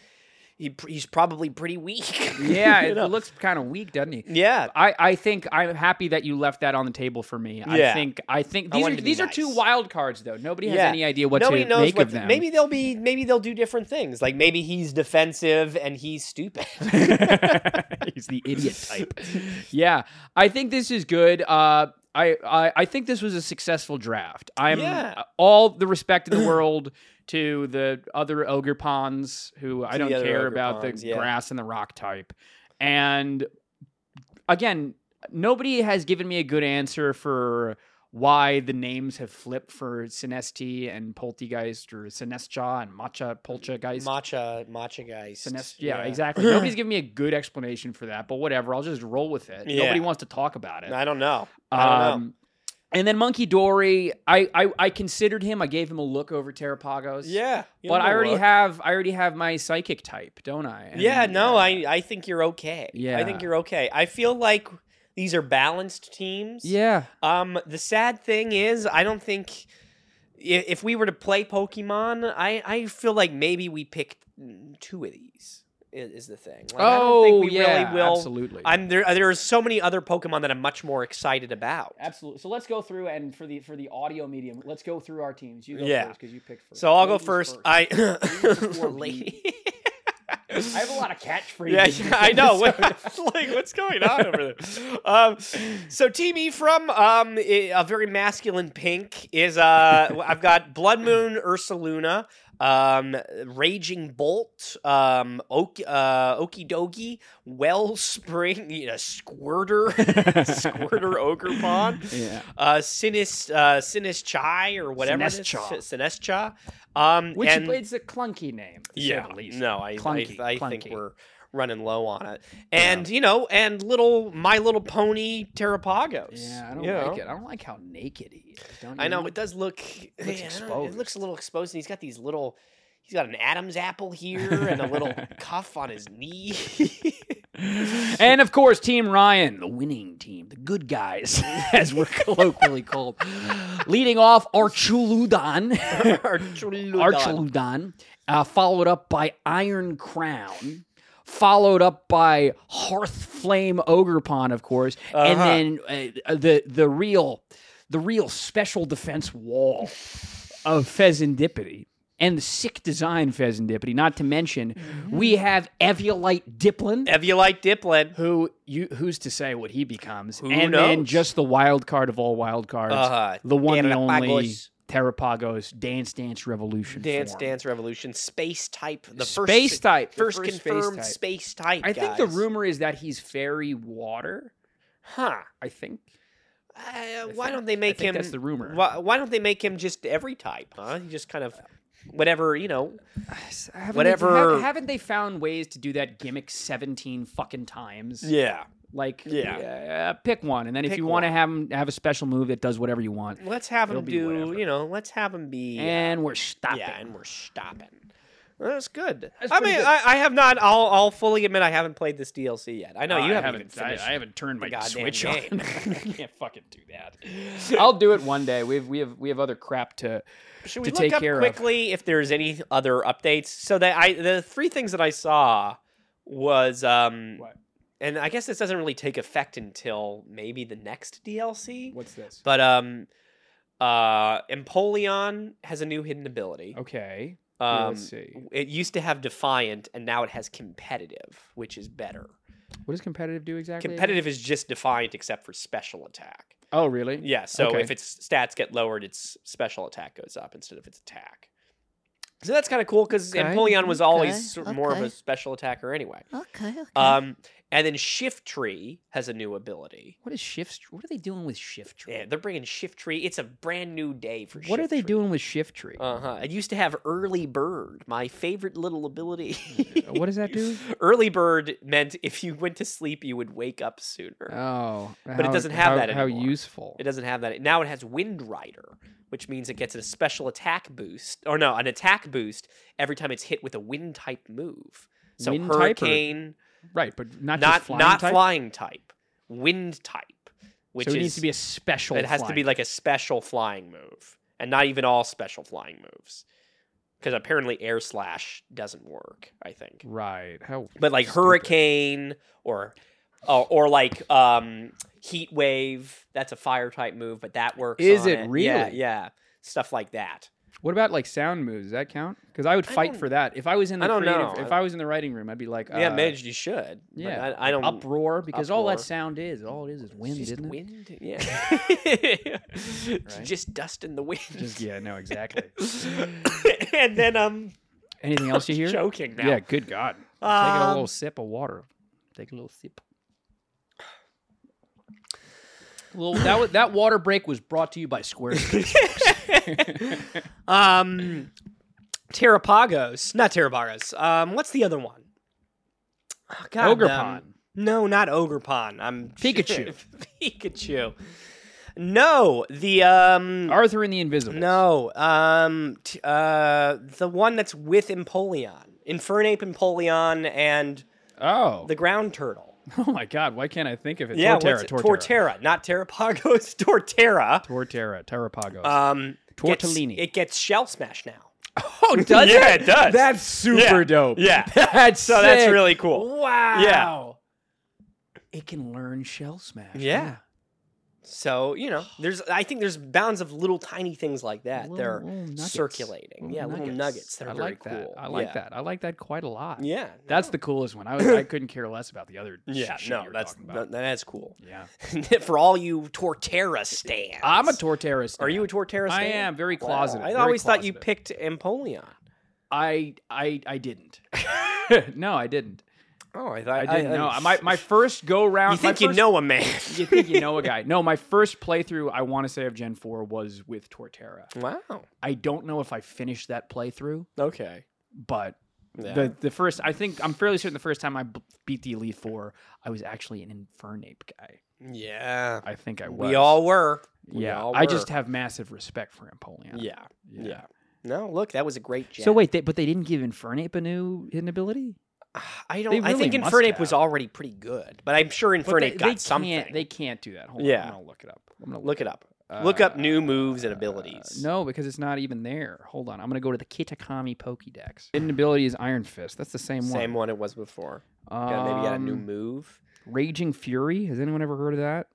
he, pr- he's probably pretty weak
Yeah,
You
it
know?
looks kind of weak, doesn't it?
yeah
I, I think I'm happy that you left that on the table for me. I
Yeah.
think I think
I
these are
wanted to be
these are two
nice.
wild cards though. Nobody has
Yeah.
any idea what
nobody
to
knows
make
what
of them.
maybe they'll be maybe they'll do different things like maybe he's defensive and he's stupid
he's the idiot type. Yeah, I think this is good. Uh, I, I I think this was a successful draft. I'm
Yeah.
all the respect in the world to the other ogre pawns who I
To
don't
the other
care
ogre
about
pawns,
the
yeah.
grass and the rock type. And again, nobody has given me a good answer for why the names have flipped for Sinesti and Poltegeist or Sinestja and Matcha Poltergeist.
matcha matcha guys
Sinest- yeah, exactly. Nobody's giving me a good explanation for that, but whatever. I'll just roll with it. Nobody
Yeah.
wants to talk about it.
i don't know i
Um,
don't know
and then Monkey Dory, I, I I considered him. I gave him a look over Terrapagos.
yeah give
but
him a
I already
look.
have I already have my psychic type, don't I? And-
yeah no i i think you're okay i
Yeah.
think you're okay i feel like these are balanced teams
yeah.
Um, the sad thing is, I don't think i- if we were to play Pokemon, I I feel like maybe we picked mm, two of these. i- Is the thing? Like, I
oh
don't think we
yeah,
really will.
absolutely.
I'm there. There are so many other Pokemon that I'm much more excited about.
absolutely. So let's go through and for the for the audio medium, let's go through our teams. You
go Yeah. first,
because you picked first.
So I'll go first. I
before
lady.
I have a lot of catchphrases.
Yeah, yeah, I know. like, what's going on over there? Um, so Team Ephraim, um, i- a very masculine pink, is uh, I've got Blood Moon, Ursaluna, um, Raging Bolt, um, Oak, uh, Okidogi, Wellspring, you know, Squirter, Squirter Ogre Pond,
Yeah.
uh, Sinis, uh, Sinischai, or whatever it is.
Sinescha.
Sinescha. Um,
Which
and,
it's a clunky name. To
yeah,
Say the least.
no, I, I-
Clunky,
I,
clunky.
think we're running low on it, and you know, and little My Little Pony Terrapagos.
Yeah, I don't
you
like
know?
it. I don't like how naked he is. Don't
I
you?
know it does look yeah, I don't know,
exposed.
It looks a little exposed, and he's got these little. He's got an Adam's apple here and a little cuff on his knee.
And of course, Team Ryan, the winning team, the good guys, as we're colloquially called. Leading off, Archuludan.
Archulodon.
Archuludan, uh, followed up by Iron Crown, followed up by Hearth Flame Ogre Pond, of course,
Uh-huh.
and then uh, the the real the real special defense wall of Pheasantipity and the sick design Pheasantipity. Not to mention,
Mm-hmm.
we have Evulite Diplin.
Evulite Diplin.
who you who's to say what he becomes?
Who
and then
knows?
just the wild card of all wild cards,
Uh-huh.
the one and only
Terrapagos.
Terrapagos Dance Dance Revolution.
Dance
form.
Dance Revolution. Space type. The first
Space type. the
First,
first space
confirmed
type.
space type.
I think the
guys.
rumor is that he's fairy water.
Huh.
I think.
Uh, why
think-
don't they
I
make
think
him?
that's the rumor.
Why, why don't they make him just every type? Huh? He just kind of whatever you know.
Haven't
Whatever-
They, haven't they found ways to do that gimmick seventeen fucking times?
Yeah.
Like,
Yeah.
uh, pick one, and then if
Pick
you want to
one.
have him have a special move that does whatever you want,
Let's have
It'll
him
be
do.
whatever.
You know. Let's have him be.
and we're stopping.
yeah, and we're stopping. Well, That's good.
That's
I
pretty
mean,
good.
I, I have not. I'll, I'll fully admit I haven't played this DLC yet. Oh, I know you
Oh, I
haven't, even finished.
I, I haven't turned my
goddamn
switch on.
game.
I can't fucking do that. I'll do it one day. We have we have we have other crap to.
Should we
to
look
take
up
care of.
quickly if there's any other updates? So that I the three things that I saw was um
What?
and I guess this doesn't really take effect until maybe the next DLC.
What's this?
But um uh Empoleon has a new hidden ability.
Okay.
Um
let's see.
it used to have defiant and now it has competitive, which is better.
What does competitive do exactly? again?
Competitive is just defined except for special attack.
Oh, really?
Yeah, so
Okay.
if its stats get lowered, its special attack goes up instead of its attack. So that's kind of cool because
Okay,
Empoleon was always
okay,
sort of more of
okay.
a special attacker anyway.
Okay. Okay.
Um, and then Shift Tree has a new ability.
What is shift? What are they doing with shift tree?
Yeah, they're bringing Shift Tree. It's a brand new day for.
what are they doing with shift tree?
Uh huh. It used to have Early Bird, my favorite little ability.
Uh, what does that do?
Early Bird meant if you went to sleep, you would wake up sooner.
Oh,
But it doesn't have that
How
anymore.
useful?
It doesn't have that. Now it has Wind Rider, which means it gets a special attack boost, or no, an attack boost every time it's hit with a wind type move. So
Wind type or-
hurricane,
right, but not
not
just flying
not
type?
flying type, wind type, which
so it
is
needs to be a special.
it has to be
flying.
like a special flying move, and not even all special flying moves, because apparently air slash doesn't work. I think
right. How?
but like
stupid.
hurricane or or, or like um heat wave that's a fire type move but that works
Is
on
it
yeah,
really?
yeah stuff like that
What about like sound moves? Does that count? Because I would
I
fight
don't-
for that if I was in the
I don't
creative.
know.
If I was in the writing room, I'd be like,
yeah
uh,
managed you should but
yeah,
I, I don't
uproar because all that
uproar.
sound is, all it is, is wind,
it's just
isn't it?
wind yeah It's
Right?
just dust in the wind
Just yeah, no, exactly.
and then um
Anything else you hear?
choking now
Yeah, good God. Take a little
um,
sip of water. Take a little sip. Well, that wa- that water break was brought to you by Squarespace.
um Terrapagos not Terrapagos um what's the other one oh, God, um,
Ogre Pond.
No, not Ogre Pond. I'm
Pikachu.
Pikachu. No, the um
Arthur and the Invisible.
no, um t- uh the one that's with Empoleon. Infernape Empoleon and
Oh.
the ground turtle.
oh my God. Why can't I think of it?
Yeah,
Torterra.
what's it?
Torterra.
Torterra, not Terrapagos, Torterra.
Torterra. Uh, Terrapagos.
Um gets-
Tortellini.
it gets shell smash now.
oh, does
yeah, it does.
That's super
Yeah,
dope.
yeah.
That's
So that's
sick.
really cool.
Wow. It can learn shell smash.
Yeah. So, you know, there's I think there's bounds of little tiny things like that.
Little-
They're
little nuggets.
circulating. yeah, little nuggets that are
I
very
like that.
cool.
I like
Yeah.
that. I like that quite a lot.
Yeah.
That's
no.
the coolest one. I, was, I couldn't care less about the other. sh-
Yeah,
shit you
no,
were
that's
talking about.
that- that's cool.
yeah.
For all you Torterra stands.
I'm a Torterra. stan.
Are you a Torterra
I
stand?
am very
Wow.
closeted.
I
very
always thought you
closeted.
picked Empoleon.
I I I didn't. no, I didn't.
Oh, I thought
I didn't know. My my first go round.
You think
my
you
first-
know a man.
You think you know a guy? No, my first playthrough, I want to say of Gen Four was with Torterra.
wow.
I don't know if I finished that playthrough,
Okay.
but
Yeah.
the the first, I think I'm fairly certain the first time I b- beat the Elite Four, I was actually an Infernape guy.
yeah.
I think I was.
We all were. We
yeah.
all
I just
were.
have massive respect for Empoleon.
Yeah. Yeah. No, look, that was a great jam.
So wait, they, but they didn't give Infernape a new hidden ability.
I don't.
They
I think
really must
Infernape was
have.
already pretty good, but I'm sure Infernape
But they,
got
they
something.
Can't, they can't do that. Hold on,
Yeah.
I'm gonna look it up. I'm gonna
Look it up. Look up new moves and
uh,
abilities.
no, because it's not even there. Hold on, I'm gonna go to the Kitakami Pokédex. Hidden ability is Iron Fist. That's the same,
Same
one.
one it was before. Yeah, maybe got a new
Um,
move.
Raging Fury. Has anyone ever heard of that?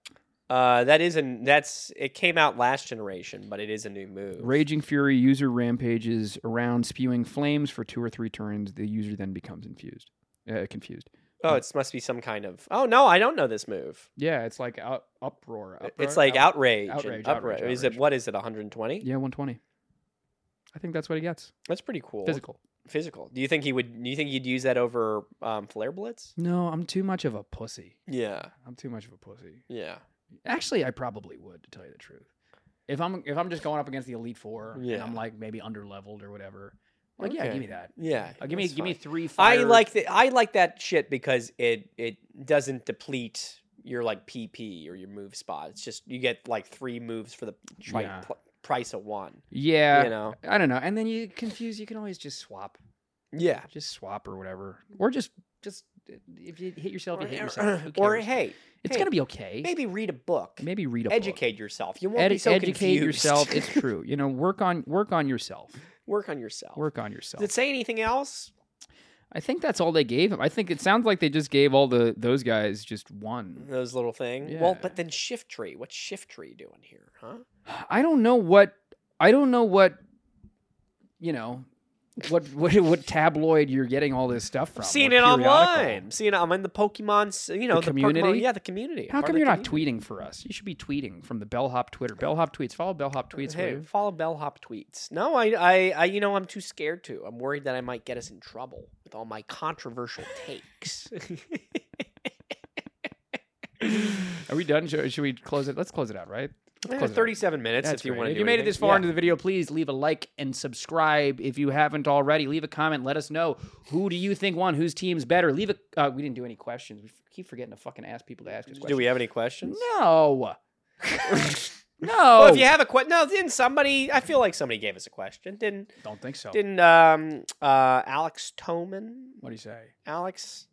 Uh, that is an that's it came out last generation, but it is a new move.
Raging Fury user rampages around spewing flames for two or three turns. The user then becomes infused, uh, confused.
Oh, it must be some kind of. Oh no, I don't know this move.
Yeah, it's like out, uproar,
It's
uproar,
like
up-
outrage. and
outrage,
upra-
outrage,
Is it
outrage.
what is it? 120.
Yeah, 120. I think that's what he gets.
That's pretty cool.
Physical.
Physical. Do you think he would? Do you think you'd use that over um, flare blitz?
No, I'm too much of a pussy.
Yeah.
I'm too much of a pussy.
Yeah.
Actually, I probably would, to tell you the truth. If I'm if I'm just going up against the elite four, and
Yeah.
I'm like maybe under leveled or whatever. Like, yeah,
Okay.
give me that.
Yeah.
Uh, give me
that's
give me
fine.
three.
I
fire-
like the, I like that shit because it it doesn't deplete your like PP or your move spot. It's just you get like three moves for the tri-
Yeah.
pl- price of one.
Yeah,
You know.
I don't know. And then you confuse. You can always just swap,
Yeah.
just swap or whatever, or just just uh, if you hit yourself,
Or,
you hit yourself. Who
or
cares?
hey,
it's
hey,
gonna be okay. Maybe,
maybe read a book.
read a book.
educate yourself. You won't be
Ed-
so
educate
confused.
yourself. It's true. You know, work on work on yourself.
Work on yourself.
Work on yourself.
Does it say anything else?
I think that's all they gave him. I think it sounds like they just gave all the those guys just one.
Those little thing. Well,
Yeah.
but then shift tree. What's shift tree doing here? Huh?
I don't know what I don't know what you know what what what tabloid you're getting all this stuff from?
Seeing
what
it
periodical?
online. I'm Seeing it online. The Pokemon's, you know, the, Pokemon-
community?
yeah, the community.
How
Part of
come
the
you're not
community.
tweeting for us? You should be tweeting from the bellhop Twitter. Bellhop tweets. Follow bellhop tweets. will
Hey,
you?
follow bellhop tweets. No, I, I, I, you know, I'm too scared to. I'm worried that I might get us in trouble with all my controversial takes.
Are we done? Should, should we close it? Let's close it out, right?
Eh,
Close it up.
37 minutes if you
right.
want to
If you made it this far into the video, please leave a like and subscribe. If you haven't already, leave a comment. Let us know who do you think won, whose team's better. Leave a. Uh, we didn't do any questions. We f- keep forgetting to fucking ask people to ask us
Do
questions.
we have any questions?
No. Oh. no.
Well, if you have a question, no, didn't somebody? I feel like somebody gave us a question. Didn't
don't think so.
didn't um uh Alex Toman?
What do you say?
Alex,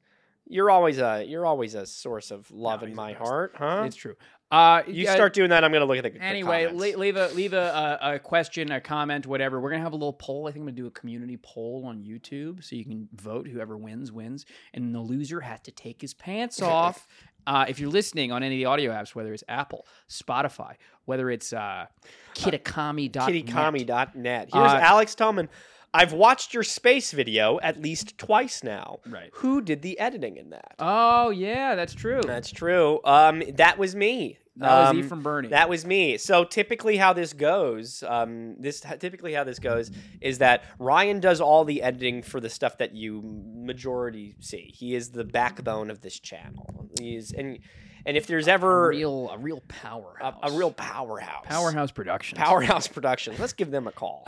you're always a you're always a source of love
No,
in
he's
my
the best.
heart, huh?
It's true. Uh,
you
yeah,
start doing that, I'm gonna look at the the
Anyway,
comments.
le- leave a leave a, a, a question, a comment, whatever. We're gonna have a little poll. I think I'm gonna do a community poll on YouTube, so you can vote. Whoever wins wins, and the loser has to take his pants off. Uh, if you're listening on any of the audio apps, whether it's Apple, Spotify, whether it's uh, Kitakami.net.
kittykami.net. Here's
Uh,
Alex Toman. I've watched your space video at least twice now.
Right.
Who did the editing in that?
Oh yeah, that's true. That
That's true. Um, that was me.
was
um,
E from Bernie.
That was me. So typically, how this goes, um, this typically how this goes is that Ryan does all the editing for the stuff that you majority see. He is the backbone of this channel. He is, and and if there's ever
a real a real power
a, a real powerhouse,
powerhouse production.
Powerhouse Productions. Let's give them a call,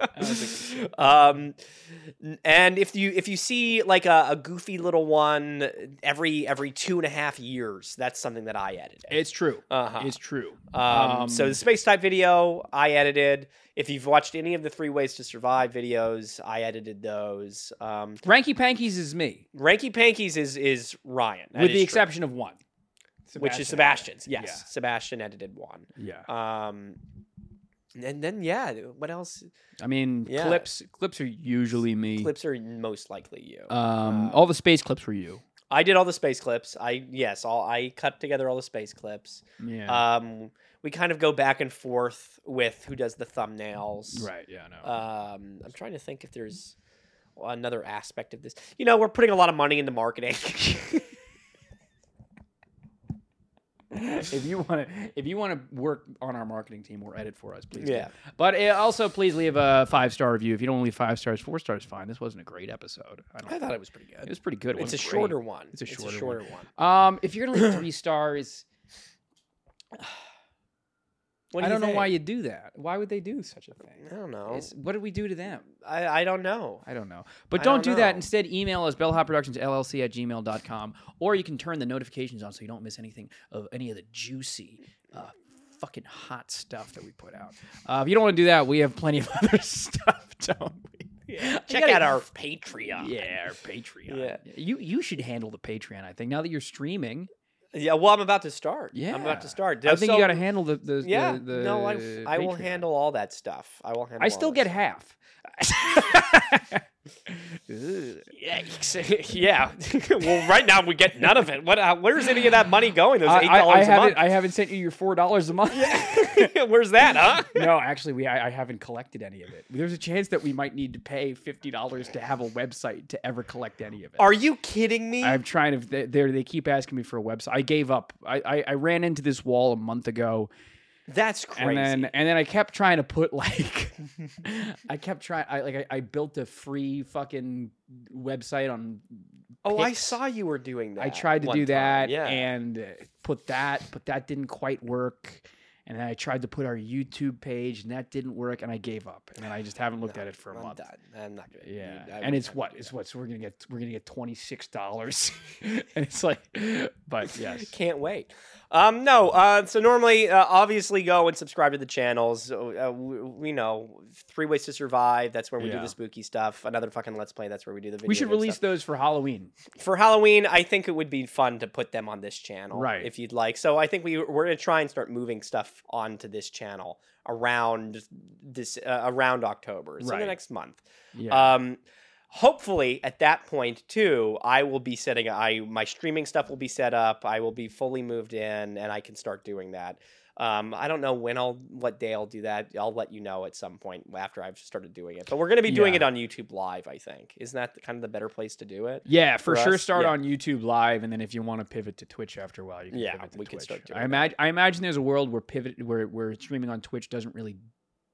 huh? um, and if you if you see like a, a goofy little one every every two and a half years, that's something that I edited.
It's true.
Uh-huh.
It's true.
Um, so
um,
the space type video I edited. If you've watched any of the three ways to survive videos, I edited those. Um,
Ranky Pankies is me,
Ranky Pankies is is Ryan, That
with
is
the
true.
exception of one,
which is Sebastian's. Yes, Sebastian edited one.
Yeah.
Um, and then yeah, what else?
I mean,
Yeah.
clips clips are usually me.
clips are most likely you.
um,
uh,
all the space clips were you.
I did all the space clips. I yes, all I cut together all the space clips.
Yeah.
Um, we kind of go back and forth with who does the thumbnails.
right. Yeah. No.
Um, I'm trying to think if there's another aspect of this. You know, we're putting a lot of money into marketing.
if you want to, if you want to work on our marketing team or edit for us, please. do.
Yeah.
But uh, also, please leave a five star review. If you don't leave five stars, four stars, fine. This wasn't a great episode. I, don't
I thought it was pretty good.
It was pretty good. It
It's a
wasn't great.
shorter one.
It's a shorter
shorter one.
Um, if you're gonna leave three stars,
What do
I
you
don't know why
think?
you do that. Why would they do such a thing?
I don't know.
It's- what did we do to them?
I, I don't know.
I don't know. But
I
don't,
don't
do that.
know.
Instead, email us bellhopproductionsllc at gmail.com or you can turn the notifications on so you don't miss anything of any of the juicy, uh, fucking hot stuff that we put out. Uh, if you don't want to do that, we have plenty of other stuff, don't we? Yeah.
Check out our Patreon.
Yeah, our Patreon.
Yeah.
You you should handle the Patreon, I think. Now that you're streaming,
Yeah, well, I'm about to start. I'm
Yeah.
about to start.
I think
So-
you got to handle the, the
Yeah,
the- the
no, I, I will
Patreon.
handle all that stuff. I will handle.
I still
all
get
that
half.
stuff. yeah. well, right now we get none of it. What? Uh, where's any of that money going? Those
I,
eight
I- I
dollars a
haven't
month.
I haven't sent you your four dollars a month.
where's that? Huh?
no, actually, we I, I haven't collected any of it. There's a chance that we might need to pay fifty dollars to have a website to ever collect any of it.
Are you kidding me?
I'm trying to. They they're- they keep asking me for a website. I gave up. I, I, I ran into this wall a month ago,
That's crazy.
and then and then I kept trying to put like, I kept trying. I like I, I built a free fucking website on.
oh, I
pics.
saw you were doing that.
I tried to
one
do
time.
that
Yeah.
and uh, put that, but that didn't quite work. And then I tried to put our YouTube page, and that didn't work. And I gave up. And then I just haven't looked
No,
at it for a
I'm
month.
done. I'm not gonna.
Yeah,
I
and
wouldn't
it's
have
what
to do
it's
that.
what so we're gonna get we're gonna get twenty six dollars, and it's like, but yes,
Can't wait. Um, no, uh, so normally, uh, obviously, go and subscribe to the channels. Uh, uh, we, we know three ways to survive. That's where we do
Yeah.
the spooky stuff. Another fucking let's play. That's where we do the. Video
we should
game
release
stuff.
those for Halloween.
for Halloween. I think it would be fun to put them on this channel,
Right.
If you'd like. So I think we we're gonna try and start moving stuff onto this channel around this uh, around October, so
Right.
the next month.
Yeah,
Um, hopefully, at that point too, I will be setting. I my streaming stuff will be set up. I will be fully moved in, and I can start doing that. Um, I don't know when I'll what day I'll do that. I'll let you know at some point after I've started doing it. But we're gonna be doing
Yeah.
it on YouTube Live, I think. Isn't that kind of the better place to do it?
Yeah, for,
For
sure.
us,
Start
yeah.
on YouTube Live, and then if you want to pivot to Twitch after a while, you can
Yeah,
pivot to
we
Twitch.
could start doing
I imagine. I imagine there's a world where pivot where where streaming on Twitch doesn't really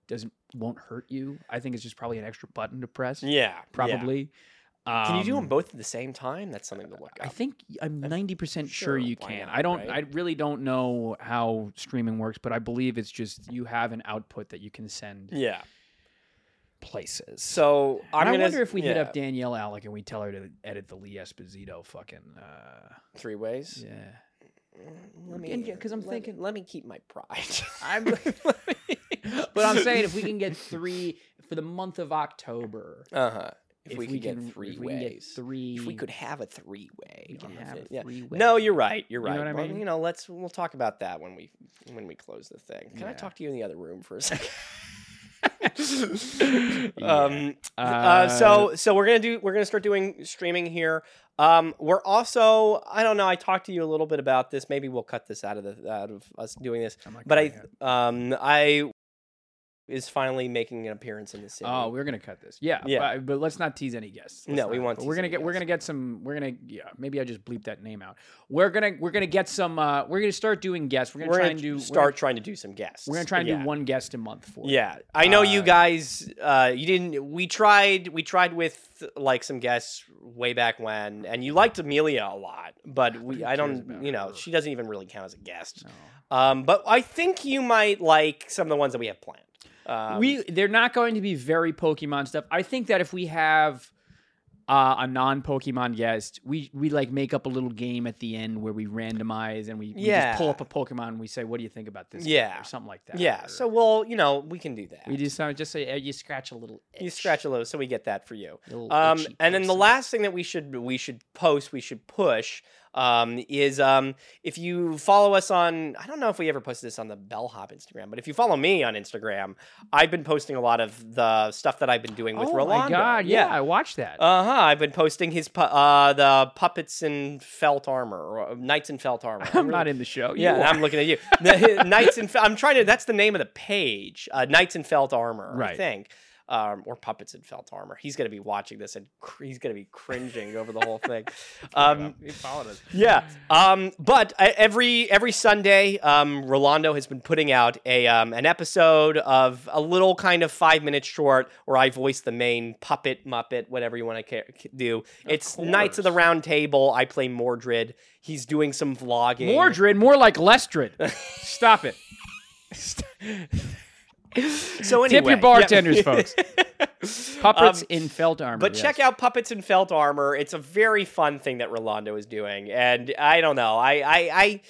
doesn't won't hurt you. I think it's just probably an extra button to press.
Yeah,
probably.
Can you do them
Um,
both at the same time? That's something to look
I
up.
think I'm
I'm
90% sure
sure,
you
why
can.
not,
I don't
right?
I really don't know how streaming works, but I believe it's just you have an output that you can send
Yeah.
places.
So I'm
And I
gonna
wonder if we hit
yeah,
up Danielle Alec and we tell her to edit the Lee Esposito fucking uh
three ways.
yeah.
Mm,
And
Let me,
yeah, 'cause I'm
let me-
thinking-
let me keep my pride.
I'm-
Let me-
But I'm saying if we can get 3 for the month of October,
Uh huh. If, we, could get three
if we can get
ways.
3
if we could have a three way.
we can have
yeah.
three
No,
ways.
you're right. You're
You
right.
know what I
Well,
mean?
you know, let's we'll talk about that when we when we close the thing. Can I
Yeah.
talk to you in the other room for a second?
Yeah.
Um uh, so so we're gonna do we're gonna start doing streaming here. Um, we're also I don't know I talked to you a little bit about this. Maybe we'll cut this out of the out of us doing this.
I'm not
But
gonna
I um I is finally making an appearance in the city.
Oh, we're gonna cut this. Yeah,
Yeah.
But, but let's not tease any guests. Let's
No, we
not.
won't
But we're
tease
gonna
any
get. We're
guests.
gonna get some. We're gonna. Yeah. Maybe I just bleep that name out. We're gonna. We're gonna get some. uh We're gonna start doing guests. We're
we're
gonna
gonna,
try and do.
start trying to do some guests.
We're gonna, we're gonna try and
Yeah.
do one guest a month for. you.
Yeah, I know you
Uh,
guys. Uh, you didn't. We tried. We tried with like some guests way back when, and you liked Amelia a lot. But we,
who
I
cares about
don't. You know,
her?
she doesn't even really count as a guest.
No.
Um, but I think you might like some of the ones that we have planned. Um,
we they're not going to be very Pokemon stuff. I think that if we have uh, a non Pokemon guest, we we like make up a little game at the end where we randomize and we, we
Yeah.
just pull up a Pokemon and we say, "What do you think about this?" guy?"
Yeah.
or something like that.
yeah.
Or
So well, you know, we can do that.
we just uh, just say uh, you scratch a little.
you
itch."
scratch a little, so we get that for you.
Little
Um,
itchy
and then the
person.
last thing that we should we should post, we should push, um, is um, if you follow us on, I don't know if we ever posted this on the Bellhop Instagram, but if you follow me on Instagram, I've been posting a lot of the stuff that I've been doing with
oh
Rolando.
my god! Yeah, I watched that.
Uh huh. I've been posting his pu- uh the puppets in felt armor, or uh, knights in felt armor.
I'm not in the show.
Yeah,
you
and
are.
I'm looking at you. The- Knights in. Fe- I'm trying to. That's the name of the page. Uh, Knights in felt armor. I
Right.
think. Um, or puppets in felt armor. He's gonna be watching this and cr- he's gonna be cringing over the whole thing. Um,
he followed us.
yeah. Um, but uh, every every Sunday, um, Rolando has been putting out a um, an episode of a little kind of five minute short where I voice the main puppet, muppet, whatever you want to do. it's Knights of the
course.
Round Table. I play Mordred. He's doing some vlogging.
Mordred, more like Lestred. Stop it.
So
Tip
anyway,
your bartenders, folks. Puppets
Um,
in felt armor.
But check out Puppets in Felt Armor. It's a very fun thing that Rolando is doing. And I don't know. I I, I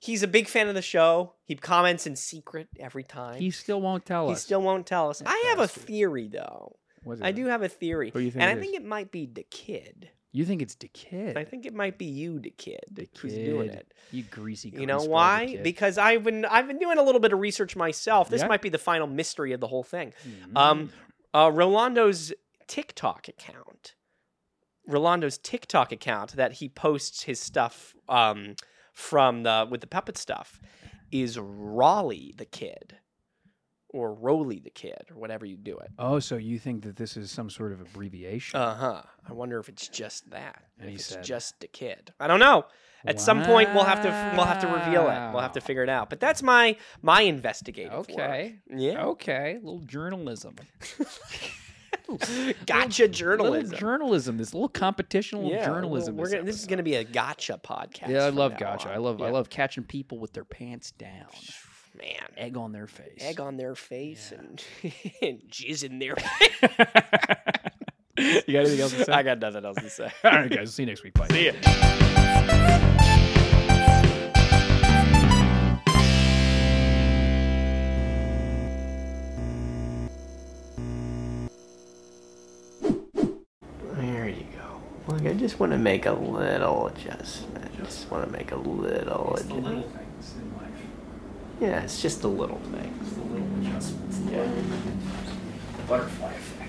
he's a big fan of the show. He comments in secret every time.
He still won't tell
he
us.
still won't tell us. I have a
bastard.
theory though.
What is
I
it?
do have a theory.
Who you think
and I
it is?
think it might be the kid.
You think it's the kid?
I think it might be you, the kid,
the
who's doing
kid.
it.
You greasy.
You know
greaseball, the
why?
kid.
Because I've been I've been doing a little bit of research myself. This
Yeah?
might be the final mystery of the whole thing.
Mm.
Um, uh, Rolando's TikTok account, Rolando's TikTok account that he posts his stuff um, from the with the puppet stuff, is Raleigh the kid, or Roly the kid, or whatever you do it.
oh, so you think that this is some sort of abbreviation?
Uh huh. I wonder if it's just that.
Uh-huh. And
if
he
it's
said-
just the kid. I don't know. At some point, we'll have to we'll have to reveal it. We'll have to
Wow.
figure it out. But that's my my investigative. work.
Okay.
Yeah.
Okay. Little journalism.
Gotcha journalism.
Little journalism. This little competitional
Yeah, well,
journalism.
We're gonna, this is going to be a gotcha podcast.
Yeah, I
from
love
now
gotcha. I
on.
love I
Yeah.
love catching people with their pants down,
man.
egg on their face.
Egg on their face
Yeah.
and, and jizz in their.
you got anything else to say?
I got nothing else to say.
All right, guys. See you next week. Bye.
See ya. There you go. Look, I just want to make a little adjustment. I just want to make a little adjustment.
things in life.
Yeah, it's just the little things.
It's the little adjustments.
Yeah.
The butterfly effect.